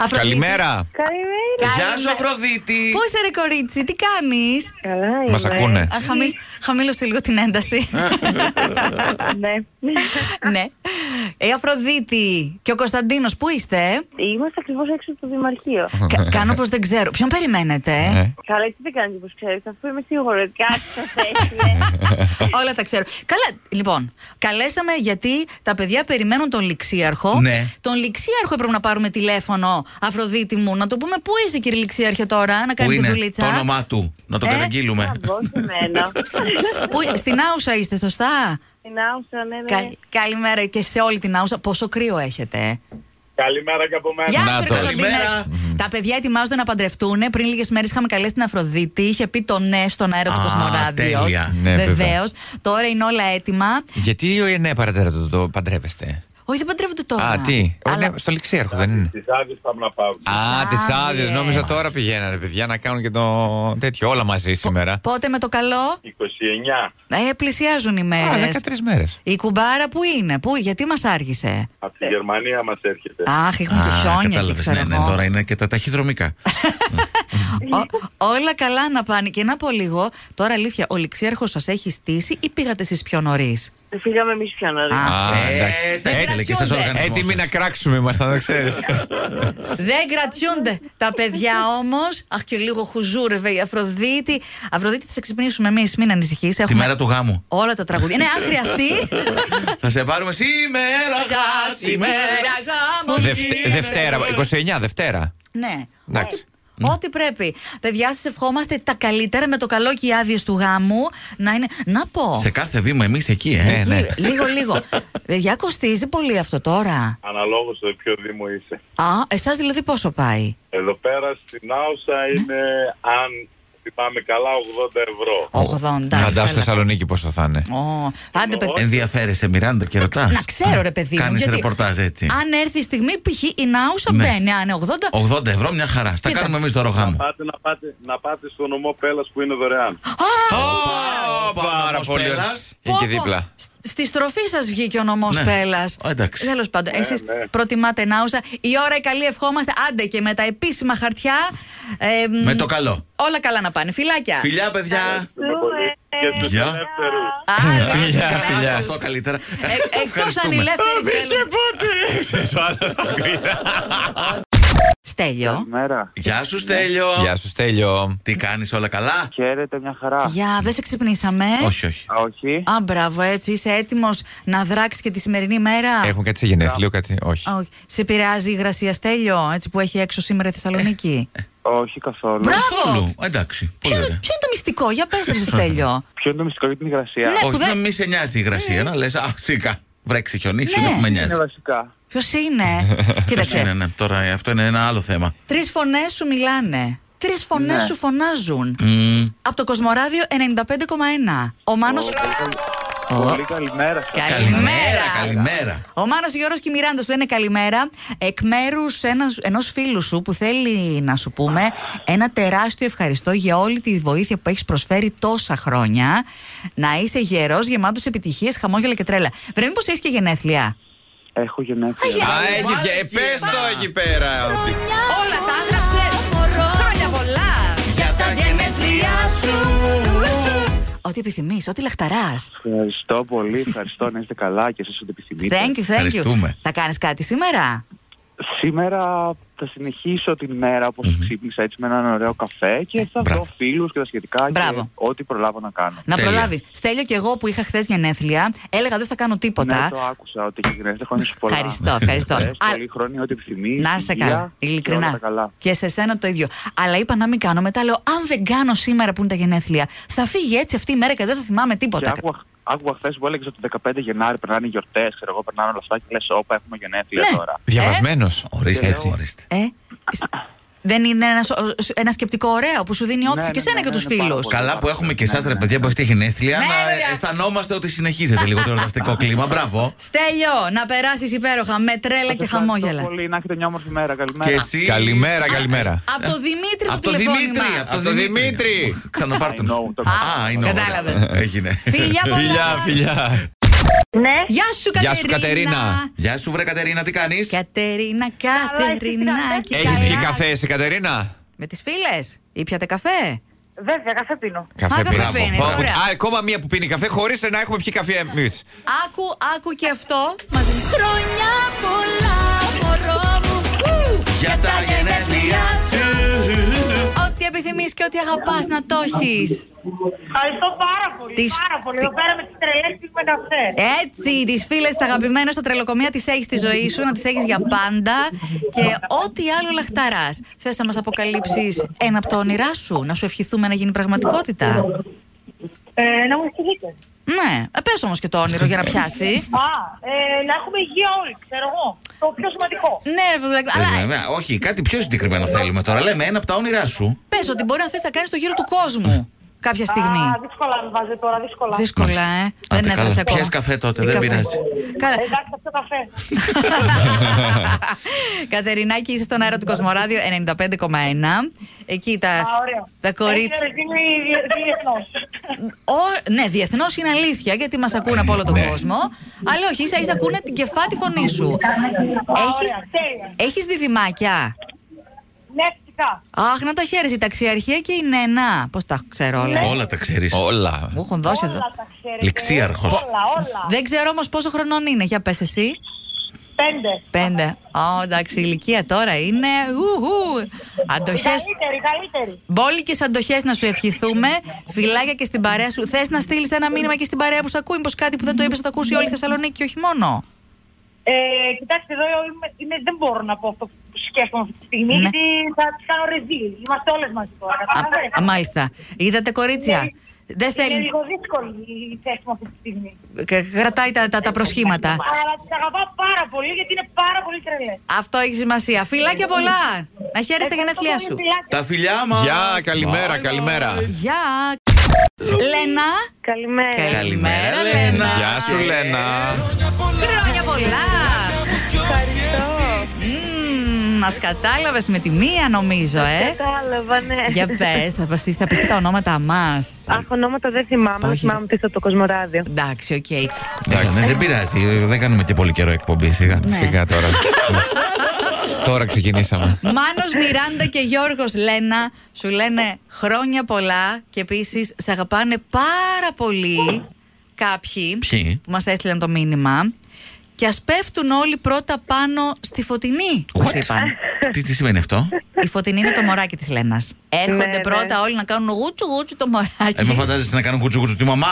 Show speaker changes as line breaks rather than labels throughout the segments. Αφροδίτη.
Καλημέρα.
Καλημέρα.
Γεια σου, Αφροδίτη.
Πού είσαι, ρε κορίτσι, τι κάνεις.
Καλά
Μας
είμαι.
ακούνε.
Χαμήλ, χαμήλωσε λίγο την ένταση.
Ναι.
ναι. Ε, Η Αφροδίτη και ο Κωνσταντίνος, πού είστε.
Είμαστε ακριβώς έξω από το Δημαρχείο.
Κα- κάνω πως δεν ξέρω. Ποιον περιμένετε. ε?
Ναι.
Καλά, έτσι δεν κάνετε όπω ξέρετε, αφού είμαι σίγουρη ότι κάτι θα θέσει. ε.
Όλα τα ξέρω. Καλά, λοιπόν, καλέσαμε γιατί τα παιδιά περιμένουν τον ληξίαρχο.
Ναι.
Τον ληξίαρχο έπρεπε να πάρουμε τηλέφωνο, Αφροδίτη μου, να το πούμε πού είσαι, κύριε ληξίαρχε, τώρα, να
Πού
κάνει τη
είναι
δουλίτσα.
το όνομά του, να το
Ε,
καταγγείλουμε.
Μπράβο, σε μένα.
Πού- στην Άουσα είστε, σωστά.
Την άουσα, ναι, ναι.
Καλη- καλημέρα και σε όλη την Άουσα. Πόσο κρύο έχετε. ε.
Καλημέρα και από μένα.
Γεια
Να
σα,
το.
Καλημέρα.
Τα παιδιά ετοιμάζονται να παντρευτούν. Πριν λίγες μέρες είχαμε καλέσει την Αφροδίτη. Είχε πει το ναι στον αέρα του
Α,
Κοσμοράδιο.
τέλεια. Ναι, βέβαια.
Βεβαίως. Τώρα είναι όλα έτοιμα.
Γιατί ο ΕΝΕ παρατέρατο το, το παντρεύεστε.
Όχι, δεν παντρεύονται τώρα.
Α, τι. Ο
Αλλά
ΕΝΕ στο ληξίαρχο δεν είναι.
Τις άδειες πάμε να πάμε.
Α, τις
Τις
άδειες.
άδειες.
Νόμιζα τώρα πηγαίνανε, παιδιά, να κάνουν και το τέτοιο. Όλα μαζί σήμερα.
πότε με το καλό.
29
Ε, πλησιάζουν οι μέρε.
Α, 13 μέρες.
Η κουμπάρα που είναι, που, γιατί μας άργησε.
από τη Γερμανία μας έρχεται.
Αχ, έχουν και χιόνια και
Ναι,
ξέρω
ναι,
εγώ.
τώρα είναι και τα ταχυδρομικά.
Ο- όλα καλά να πάνε. Και να πω λίγο, τώρα αλήθεια, ο ληξίαρχος σας έχει στήσει ή πήγατε εσείς πιο νωρίς.
Φύγαμε εμείς πιο νωρίς.
Α,
Ε,
εντάξει.
τα
Ε,
ήθελε και σας
κρατιούνται.
οργανισμός.
Έτοιμοι να κράξουμε ήμασταν, δεν ξέρεις.
Δεν κρατιούνται τα παιδιά όμως. Αχ, και λίγο χουζούρευε η Αφροδίτη. Αφροδίτη, θα σε ξυπνήσουμε εμείς, μην ανησυχείς.
Τη
Έχουμε
μέρα του γάμου.
όλα τα τραγούδια. Ναι, αν χρειαστεί.
Θα σε πάρουμε σήμερα, γα, σήμερα.
γάμος.
γίνεται.
Δευτέρα, 29, Δευτέρα.
Ναι.
Εντάξει.
Ό,τι- Ό,τι πρέπει. Παιδιά, σας ευχόμαστε τα καλύτερα με το καλό και οι άδειες του γάμου να είναι. Να πω.
Σε κάθε βήμα εμείς εκεί, ε.
Ναι, ναι.
Λί- Λίγο, λίγο. Παιδιά, κοστίζει πολύ αυτό τώρα.
Αναλόγως το ποιο δήμο είσαι.
Α, εσάς δηλαδή πόσο πάει.
Εδώ πέρα στην
Ναι.
Άουσα είναι, αν θυμάμαι καλά, 80 ευρώ.
80.
Φαντάσου
καλά.
Θεσσαλονίκη πόσο θα είναι.
Ω, Άντε,
Ε,
παιδιά.
Ενδιαφέρεσαι, Μιράντα, και ρωτάς.
Να ξέρω, ρε παιδί μου.
Κάνεις
γιατί
ρεπορτάζ έτσι.
Αν έρθει η στιγμή, π.χ. η Νάουσα
Ναι.
μπαίνει. Αν είναι 80.
80 ευρώ, μια χαρά. Στα
Κοίτα.
κάνουμε εμείς τώρα γάμο.
Πάτε να πάτε, να πάτε στο νομό Πέλας που είναι δωρεάν.
Α,
Ω, Πάρα
Πάνος
πολύ.
Πέλλας.
Είναι
πω,
και
πω.
δίπλα.
Σ- Στη στροφή σας βγήκε ο νομός
Ναι.
Πέλλα.
Α, εντάξει.
Τέλος πάντων,
Ναι,
εσείς
ναι.
προτιμάτε Νάουσα. Η ώρα η καλή, ευχόμαστε. Άντε και με τα επίσημα χαρτιά. ε, μ,
Με το καλό.
Όλα καλά να πάνε. Φιλάκια.
Φιλιά, παιδιά.
Ευχαριστούμε πολύ.
ε.
Και στους
Γεια.
ελεύθερους.
Άντε.
Φιλιά,
Καλά,
φιλιά.
Αυτό καλύτερα.
Ε, Εκτός αν
Ευχαριστούμε.
η ελεύθερη. Στέλιο.
Καλημέρα.
Γεια σου, Στέλιο.
Γεια σου, Στέλιο.
Τι κάνεις, όλα καλά.
Χαίρετε, μια χαρά.
Γεια, δεν σε ξυπνήσαμε.
Όχι, όχι.
Α, όχι.
Α, μπράβο, έτσι. Είσαι έτοιμος να δράξεις και τη σημερινή μέρα.
Έχουν κάτι σε γενέθλιο, κάτι. Όχι.
Α, όχι. Σε επηρεάζει η υγρασία στέλιο, έτσι που έχει έξω σήμερα η Θεσσαλονίκη.
Όχι καθόλου.
Μπράβο!
Όλου. Εντάξει.
Ποιο,
Πολύ
ποιο
ωραία.
είναι το μυστικό, για πες ρε στέλιο.
Ποιο είναι το μυστικό για την υγρασία.
Ναι. που
Όχι,
δεν-
να μην σε νοιάζει η υγρασία. Να λες, α, σίκα. Βρέξει χιονίσει,
Ναι.
δεν με
Είναι
νοιάζει.
βασικά.
Ποιος είναι.
Ναι, ναι,
Κοίταξε.
ναι, τώρα ε, αυτό είναι ένα άλλο θέμα.
Τρεις φωνές σου μιλάνε. Τρεις φωνές
Ναι.
σου φωνάζουν.
Μμμ.
Από το Κοσμοράδιο 95,1. Ο Μάνος... Ω,
Πολύ καλημέρα σας.
Καλημέρα.
Καλημέρα.
Ο Μάνος Γιώργος και η Μιράντα σου λένε καλημέρα εκ μέρους ενός φίλου σου που θέλει να σου πούμε ένα τεράστιο ευχαριστώ για όλη τη βοήθεια που έχεις προσφέρει τόσα χρόνια. Να είσαι γερός, γεμάτος επιτυχίες, χαμόγελα και τρέλα. Βρε, μήπως έχεις και γενέθλια.
Έχω γενέθλια.
Α,
Α,
βάλε
έχεις και. ε, Πες το εκεί πέρα. ότι-
Όλα τα έγραψε. Χρόνια πολλά.
Για τα γενέθλιά σου.
Ό,τι επιθυμείς, ό,τι λαχταράς.
Ευχαριστώ πολύ. Ευχαριστώ να είστε καλά και εσείς ό,τι επιθυμείτε.
Thank you, thank you.
Ευχαριστούμε.
Θα κάνεις κάτι σήμερα.
Σήμερα θα συνεχίσω την μέρα όπως ξύπνησα έτσι με έναν ωραίο καφέ και θα
Μπράβο.
βρω φίλους και τα σχετικά και
Μπράβο.
ό,τι προλάβω να κάνω.
Να
Τέλεια.
προλάβεις. Στέλιο και εγώ που είχα χθες γενέθλια, έλεγα δεν θα κάνω τίποτα.
Ναι, το άκουσα ότι έχει γενέθλια χρόνια σου πολλά.
Ευχαριστώ, ευχαριστώ.
Ευχαριστώ.
Α-
Πολύ χρόνια ό,τι επιθυμείς.
Να είσαι
υγεία
καλά.
και όλα τα
Ειλικρινά.
καλά.
Και σε σένα το ίδιο. Αλλά είπα να μην κάνω. Μετά λέω: Αν δεν κάνω σήμερα που είναι τα γενέθλια, θα φύγει έτσι αυτή η μέρα και δεν θα θυμάμαι
Και
τίποτα.
άκουγα, άκουγα χθες που έλεγες ότι 15 Γενάρη περνάνε οι γιορτές, ξέρω εγώ, περνάνε όλα αυτά και λες: Όπα, έχουμε γενέθλια
Ναι.
τώρα.
Διαβασμένος.
Ορίστε,
Ε,
έτσι.
λέω.
Ορίστε.
Ε, σ- δεν είναι ένα, σ- ένα σκεπτικό ωραίο που σου δίνει όθηση
ναι,
και σένα
ναι,
και
ναι,
τους
είναι πάρα
φίλους.
πολύ.
Καλά που έχουμε και εσά, ρε παιδιά, που έχετε γενέθλια,
Ναι,
να
βέβαια.
αισθανόμαστε ότι συνεχίζεται λίγο το εργαστικό κλίμα. Μπράβο.
Στέλιο, να περάσεις υπέροχα με τρέλα και
Ευχαριστώ
χαμόγελα.
Πολύ, να έχετε μια όμορφη μέρα. Καλημέρα.
Και εσύ.
Καλημέρα, καλημέρα.
Από το Δημήτρη
Από
το
το
τηλεφώνημα.
Δημήτρη.
Από το Δημήτρη.
Ξαναπάρ τον.
I know, το
Α, είναι όλα.
κατάλαβε.
Έγινε.
Φιλιά πολλά.
Φιλιά, φιλιά.
Ναι.
Γεια σου, Κατερίνα.
Γεια σου, Κατερίνα.
Γεια σου, βρε Κατερίνα, τι κάνεις.
Κατερίνα, Κατερινάκη.
Καλά,
Έχει πιει
καλά.
καφέ, εσύ, Κατερίνα.
Με τις φίλες. Ή πιάτε καφέ.
Βέβαια, καφέ πίνω.
Α, καφέ
μπράβο.
πίνεις,
Πω,
ωραία.
α, Ακόμα μία που πίνει καφέ, χωρίς να έχουμε πιει καφέ εμείς.
Άκου, άκου και αυτό μαζί. Χρόνια πολλά, μωρό μου. Ου!
Για τα γενέθλιά σου.
Ό,τι επιθυμείς και ό,τι αγαπάς να το έχεις.
Ευχαριστώ πάρα πολύ.
Τις-
Πάρα πολύ.
τι-
Εδώ πέρα με τις τρελές πίνουμε καφέ.
Έτσι, τις φίλες τις αγαπημένες στο τρελοκομεία τις έχεις στη ζωή σου, να τις έχεις για πάντα και ό,τι άλλο λαχταράς. Θες να μας αποκαλύψεις ένα από τα όνειρά σου, να σου ευχηθούμε να γίνει πραγματικότητα.
Ε, να μου στείλετε.
Ναι, ε, πες όμως και το όνειρο για να πιάσει.
Α, ε, να έχουμε υγεία όλοι, ξέρω εγώ. Το πιο σημαντικό.
Ναι, ρε παιδάκι,
Ε,
αλλά
βέβαια, όχι, κάτι πιο συγκεκριμένο θέλουμε τώρα. Λέμε ένα από τα όνειρά σου.
πες ότι μπορεί να θες να κάνεις το γύρο του κόσμου κάποια στιγμή.
Α, δύσκολα με βάζει τώρα, δύσκολα.
Δύσκολα, ε.
Μάλιστα. Άντε,
Δεν έφτασε
καλά.
ακόμα.
Πιες καφέ τότε,
Τι
δεν
καφέ.
πειράζει.
Καλά.
Ε, Εντάξει, αυτό καφέ.
Κατερινάκη, είσαι στον αέρα του Κοσμοράδιο 95,1. Εκεί τα,
Α, ωραίο.
ε, τα
Έχει
κορίτσια.
ρεζίνη δι- διεθνώς.
Ο, ναι, διεθνώς είναι αλήθεια γιατί μας ακούνε από όλο τον
Ναι.
κόσμο. Αλλά όχι, ίσα ίσα ακούνε την κεφάτη φωνή σου. Έχεις,
Ωραία, τέλεια.
έχεις διδυμάκια.
Ναι, φυσικά.
Αχ, να τα χαίρεσαι. Η ταξιαρχία και η νένα. Πώς τα ξέρω όλα.
Ναι.
Όλα τα ξέρεις.
Όλα.
Μου έχουν δώσει εδώ.
Όλα τα ξέρετε.
Ληξίαρχος.
Όλα, όλα.
Δεν ξέρω όμως πόσο χρονών είναι. Για πες εσύ.
Πέντε.
Πέντε. Ω, εντάξει, η ηλικία τώρα είναι. Ουχου.
Η
Αντοχέ.
καλύτερη, η καλύτερη.
Μπόλοι και αντοχές να σου ευχηθούμε. Φιλάκια και στην παρέα σου. Θες να στείλεις ένα μήνυμα και στην παρέα που σε ακούει, πω κάτι που δεν το είπες, θα το ακούσει όλη η Θεσσαλονίκη και όχι μόνο.
Ε, κοιτάξτε, εδώ είμαι, είμαι- δεν μπορώ να πω αυτό που σκέφτομαι αυτή τη στιγμή,
Ναι.
γιατί θα τις κάνω ρεζί. Είμαστε όλες μαζί τώρα.
Α,
καταλάβατε.
μάλιστα. Είδατε κορίτσια. Δεν
Είναι
θέλει.
λίγο δύσκολη η θέση μου αυτή τη στιγμή.
Κ- Κρατάει τα, τα, τα προσχήματα.
Αλλά τις αγαπάω πάρα πολύ, γιατί είναι πάρα πολύ τρελές.
Αυτό έχει σημασία. Φιλάκια πολλά. Να χαίρεσαι τα
Ευχαριστώ
γενέθλιά
πολύ,
σου.
φιλάκια.
Τα φιλιά μα.
Γεια, καλημέρα, καλημέρα.
Γεια. Λένα.
Καλημέρα.
Καλημέρα, Λένα.
Γεια σου, Λένα.
Χρόνια πολλά. Μμμ, Μας κατάλαβες με τη μία νομίζω, ε.
Κατάλαβα, ναι.
Για πες, θα μας πεις, θα πεις και τα ονόματα μας.
Αχ, ονόματα δεν θυμάμαι.
Όχι.
Θυμάμαι πίσω από το Κοσμοράδιο.
Εντάξει, οκ.
Εντάξει,
Ναι,
δεν πειράζει. Δεν κάνουμε και πολύ καιρό εκπομπή. Σιγά.
Σιγά τώρα. Τώρα ξεκινήσαμε.
Μάνος, Μιράντα και Γιώργος Λένα σου λένε χρόνια πολλά και επίσης σε αγαπάνε πάρα πολύ κάποιοι
Ποιοι?
που μας έστειλαν το μήνυμα και ας πέφτουν όλοι πρώτα πάνω στη Φωτεινή, μας
What?
είπαν.
Τι, τι σημαίνει αυτό.
Η Φωτεινή είναι το μωράκι της Λένας. Έρχονται
Ναι, ναι.
πρώτα όλοι να κάνουν γούτσου γούτσου το
Ε, με
μωράκι.
φαντάζεσαι να κάνουν κουτσου κουτσου τη μαμά.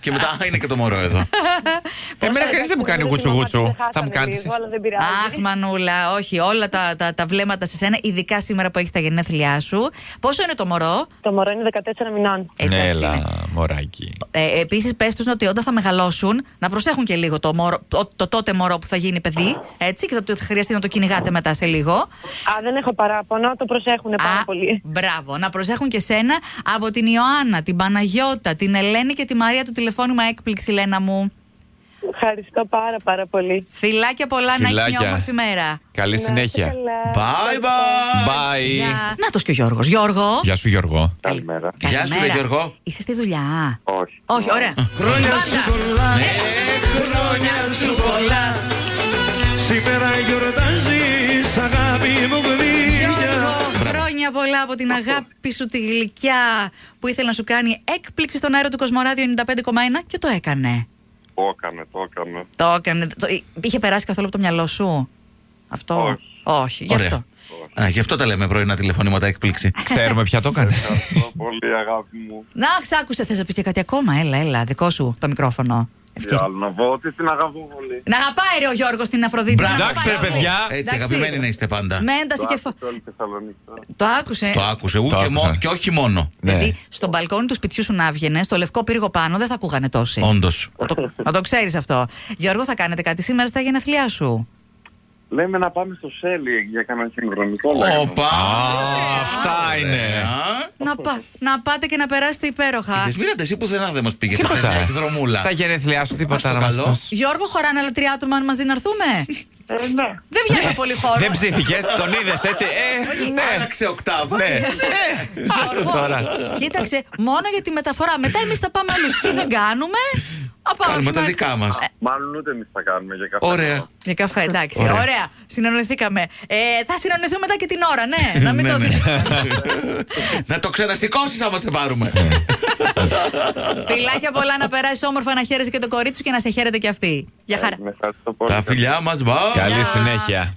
και μετά «Α, είναι και το μωρό εδώ.
Εμένα κανεί δεν μου Ε, κάνει γουτσου γουτσου. Θα μου κάνεις.
Αχ, μανούλα, όχι, όλα τα, τα, τα βλέμματα σε σένα, ειδικά σήμερα που έχεις τα γενέθλιά σου. Πόσο είναι το μωρό,
Το μωρό είναι 14 μηνών.
Εντάξει,
Ναι,
είναι.
έλα, μωράκι.
Ε, Επίσης, πες τους ότι όταν θα μεγαλώσουν, να προσέχουν και λίγο το, μωρό, το, το τότε μωρό που θα γίνει παιδί, έτσι, και θα, του- θα χρειαστεί να το κυνηγάτε μετά σε λίγο.
Α, δεν έχω παράπονο, το προσέχουν πάρα
Α,
πολύ.
Μπράβο. Να προσέχουν και σένα από την Ιωάννα, την Παναγιώτα, την Ελένη και τη Μαρία το τηλεφώνημα έκπληξη, Λένα μου.
Ευχαριστώ πάρα πάρα πολύ.
Φιλάκια πολλά, να έχει μια
Φιλάκια.
όμορφη μέρα.
Καλή
Να
συνέχεια.
είστε καλά.
Bye bye.
Bye.
Να το και ο Γιώργος. Γιώργο.
Γεια σου, Γιώργο.
Καλημέρα.
Γεια σου, ρε
καλημέρα.
Γιώργο.
Είσαι στη δουλειά.
Όχι.
Όχι, ωραία.
Χρόνια
σου
Ε, χρόνια σου πολλά.
Σήμερα γιορτάζεις αγάπη μου γλυκιά
Γιώργο, χρόνια πολλά από την αγάπη σου τη γλυκιά που ήθελε να σου κάνει έκπληξη στον αέρα του Κοσμοράδιο 95,1 και το έκανε.
Το έκαμε, το έκαμε.
Το έκανε. Το... ε, Είχε περάσει καθόλου από το μυαλό σου αυτό.
Όχι.
Όχι, γι'
Ωραία.
αυτό.
Α, γι' αυτό τα λέμε πρωινά τηλεφωνήματα έκπληξη.
Ξέρουμε ποια το έκανε.
Ευχαριστώ πολύ, αγάπη μου.
Να, ξάκουσε, θες να πεις και κάτι ακόμα. Έλα, έλα, δικό σου το μικρόφωνο.
Τι άλλο να πω, ότι την αγαπώ πολύ.
Να αγαπάει ρε ο Γιώργος την Αφροδίτη.
Μπράβο.
να αγαπάει
Εντάξει, Ναι. ρε,
όλους.
παιδιά.
Έτσι,
Εντάξει.
αγαπημένοι να είστε πάντα.
Με ένταση και φω.
Άκουσε όλη η Θεσσαλονίκη τώρα.
Το άκουσε.
Το άκουσε, ου
Το
και,
άκουσα.
μό- και όχι μόνο.
Ναι.
Δηλαδή, στον μπαλκόνι του σπιτιού σου να βγαινε, στο λευκό πύργο πάνω, δεν θα ακούγανε τόσοι.
Ναι.
Όντως.
Να το, να το ξέρεις αυτό. Γιώργο, θα κάνετε κάτι σήμερα στα γενεθλιά σου.
Λέμε να πάμε στο Σέλι για κανένα συγχρονικό λέγαμε.
Όπα.
Α, αυτά είναι.
Να, πα, να πάτε και να περάσετε υπέροχα.
Είχες μοίρατε εσύ πουθενά δεν μας πήγες.
Τίποτα.
δρομούλα.
Στα γενέθλιά σου,
Ας το
τίποτα να μας
καλό.
πεις.
Γιώργο, χωράνε άλλα τρία άτομα αν μαζί να έρθουμε.
Ε, ναι.
Δεν πιάνει πολύ χώρο.
Δεν ψήθηκε, τον είδες έτσι. Ε, ναι.
Άλλαξε οκτάβα.
Ναι.
Ε, Γιώργο,
Άστο τώρα.
Κοίταξε, μόνο για τη μεταφορά. Μετά εμείς θα πάμε αλλού. Τι δεν κάνουμε. Α, πάμε
Κάνουμε
στην
τα
άκρη.
δικά μας.
Ε,
Μάλλον ούτε εμείς θα κάνουμε για καφέ.
Ωραία.
Για καφέ, εντάξει. Ωραία.
Ωραία.
Συνονιθήκαμε. Ε, θα συνονιθούμε μετά και την ώρα, ναι. Να μην
Ναι,
το
ναι.
δεις.
Να το ξανασηκώσεις άμα σε πάρουμε.
Ναι.
Φιλάκια πολλά να περάσεις όμορφα, να χαίρεσαι και το κορίτσι σου και να σε χαίρεται και αυτή. Γεια χαρά.
Ευχαριστώ πολύ.
Τα φιλιά μας, μπα.
Καλή
Γεια.
συνέχεια.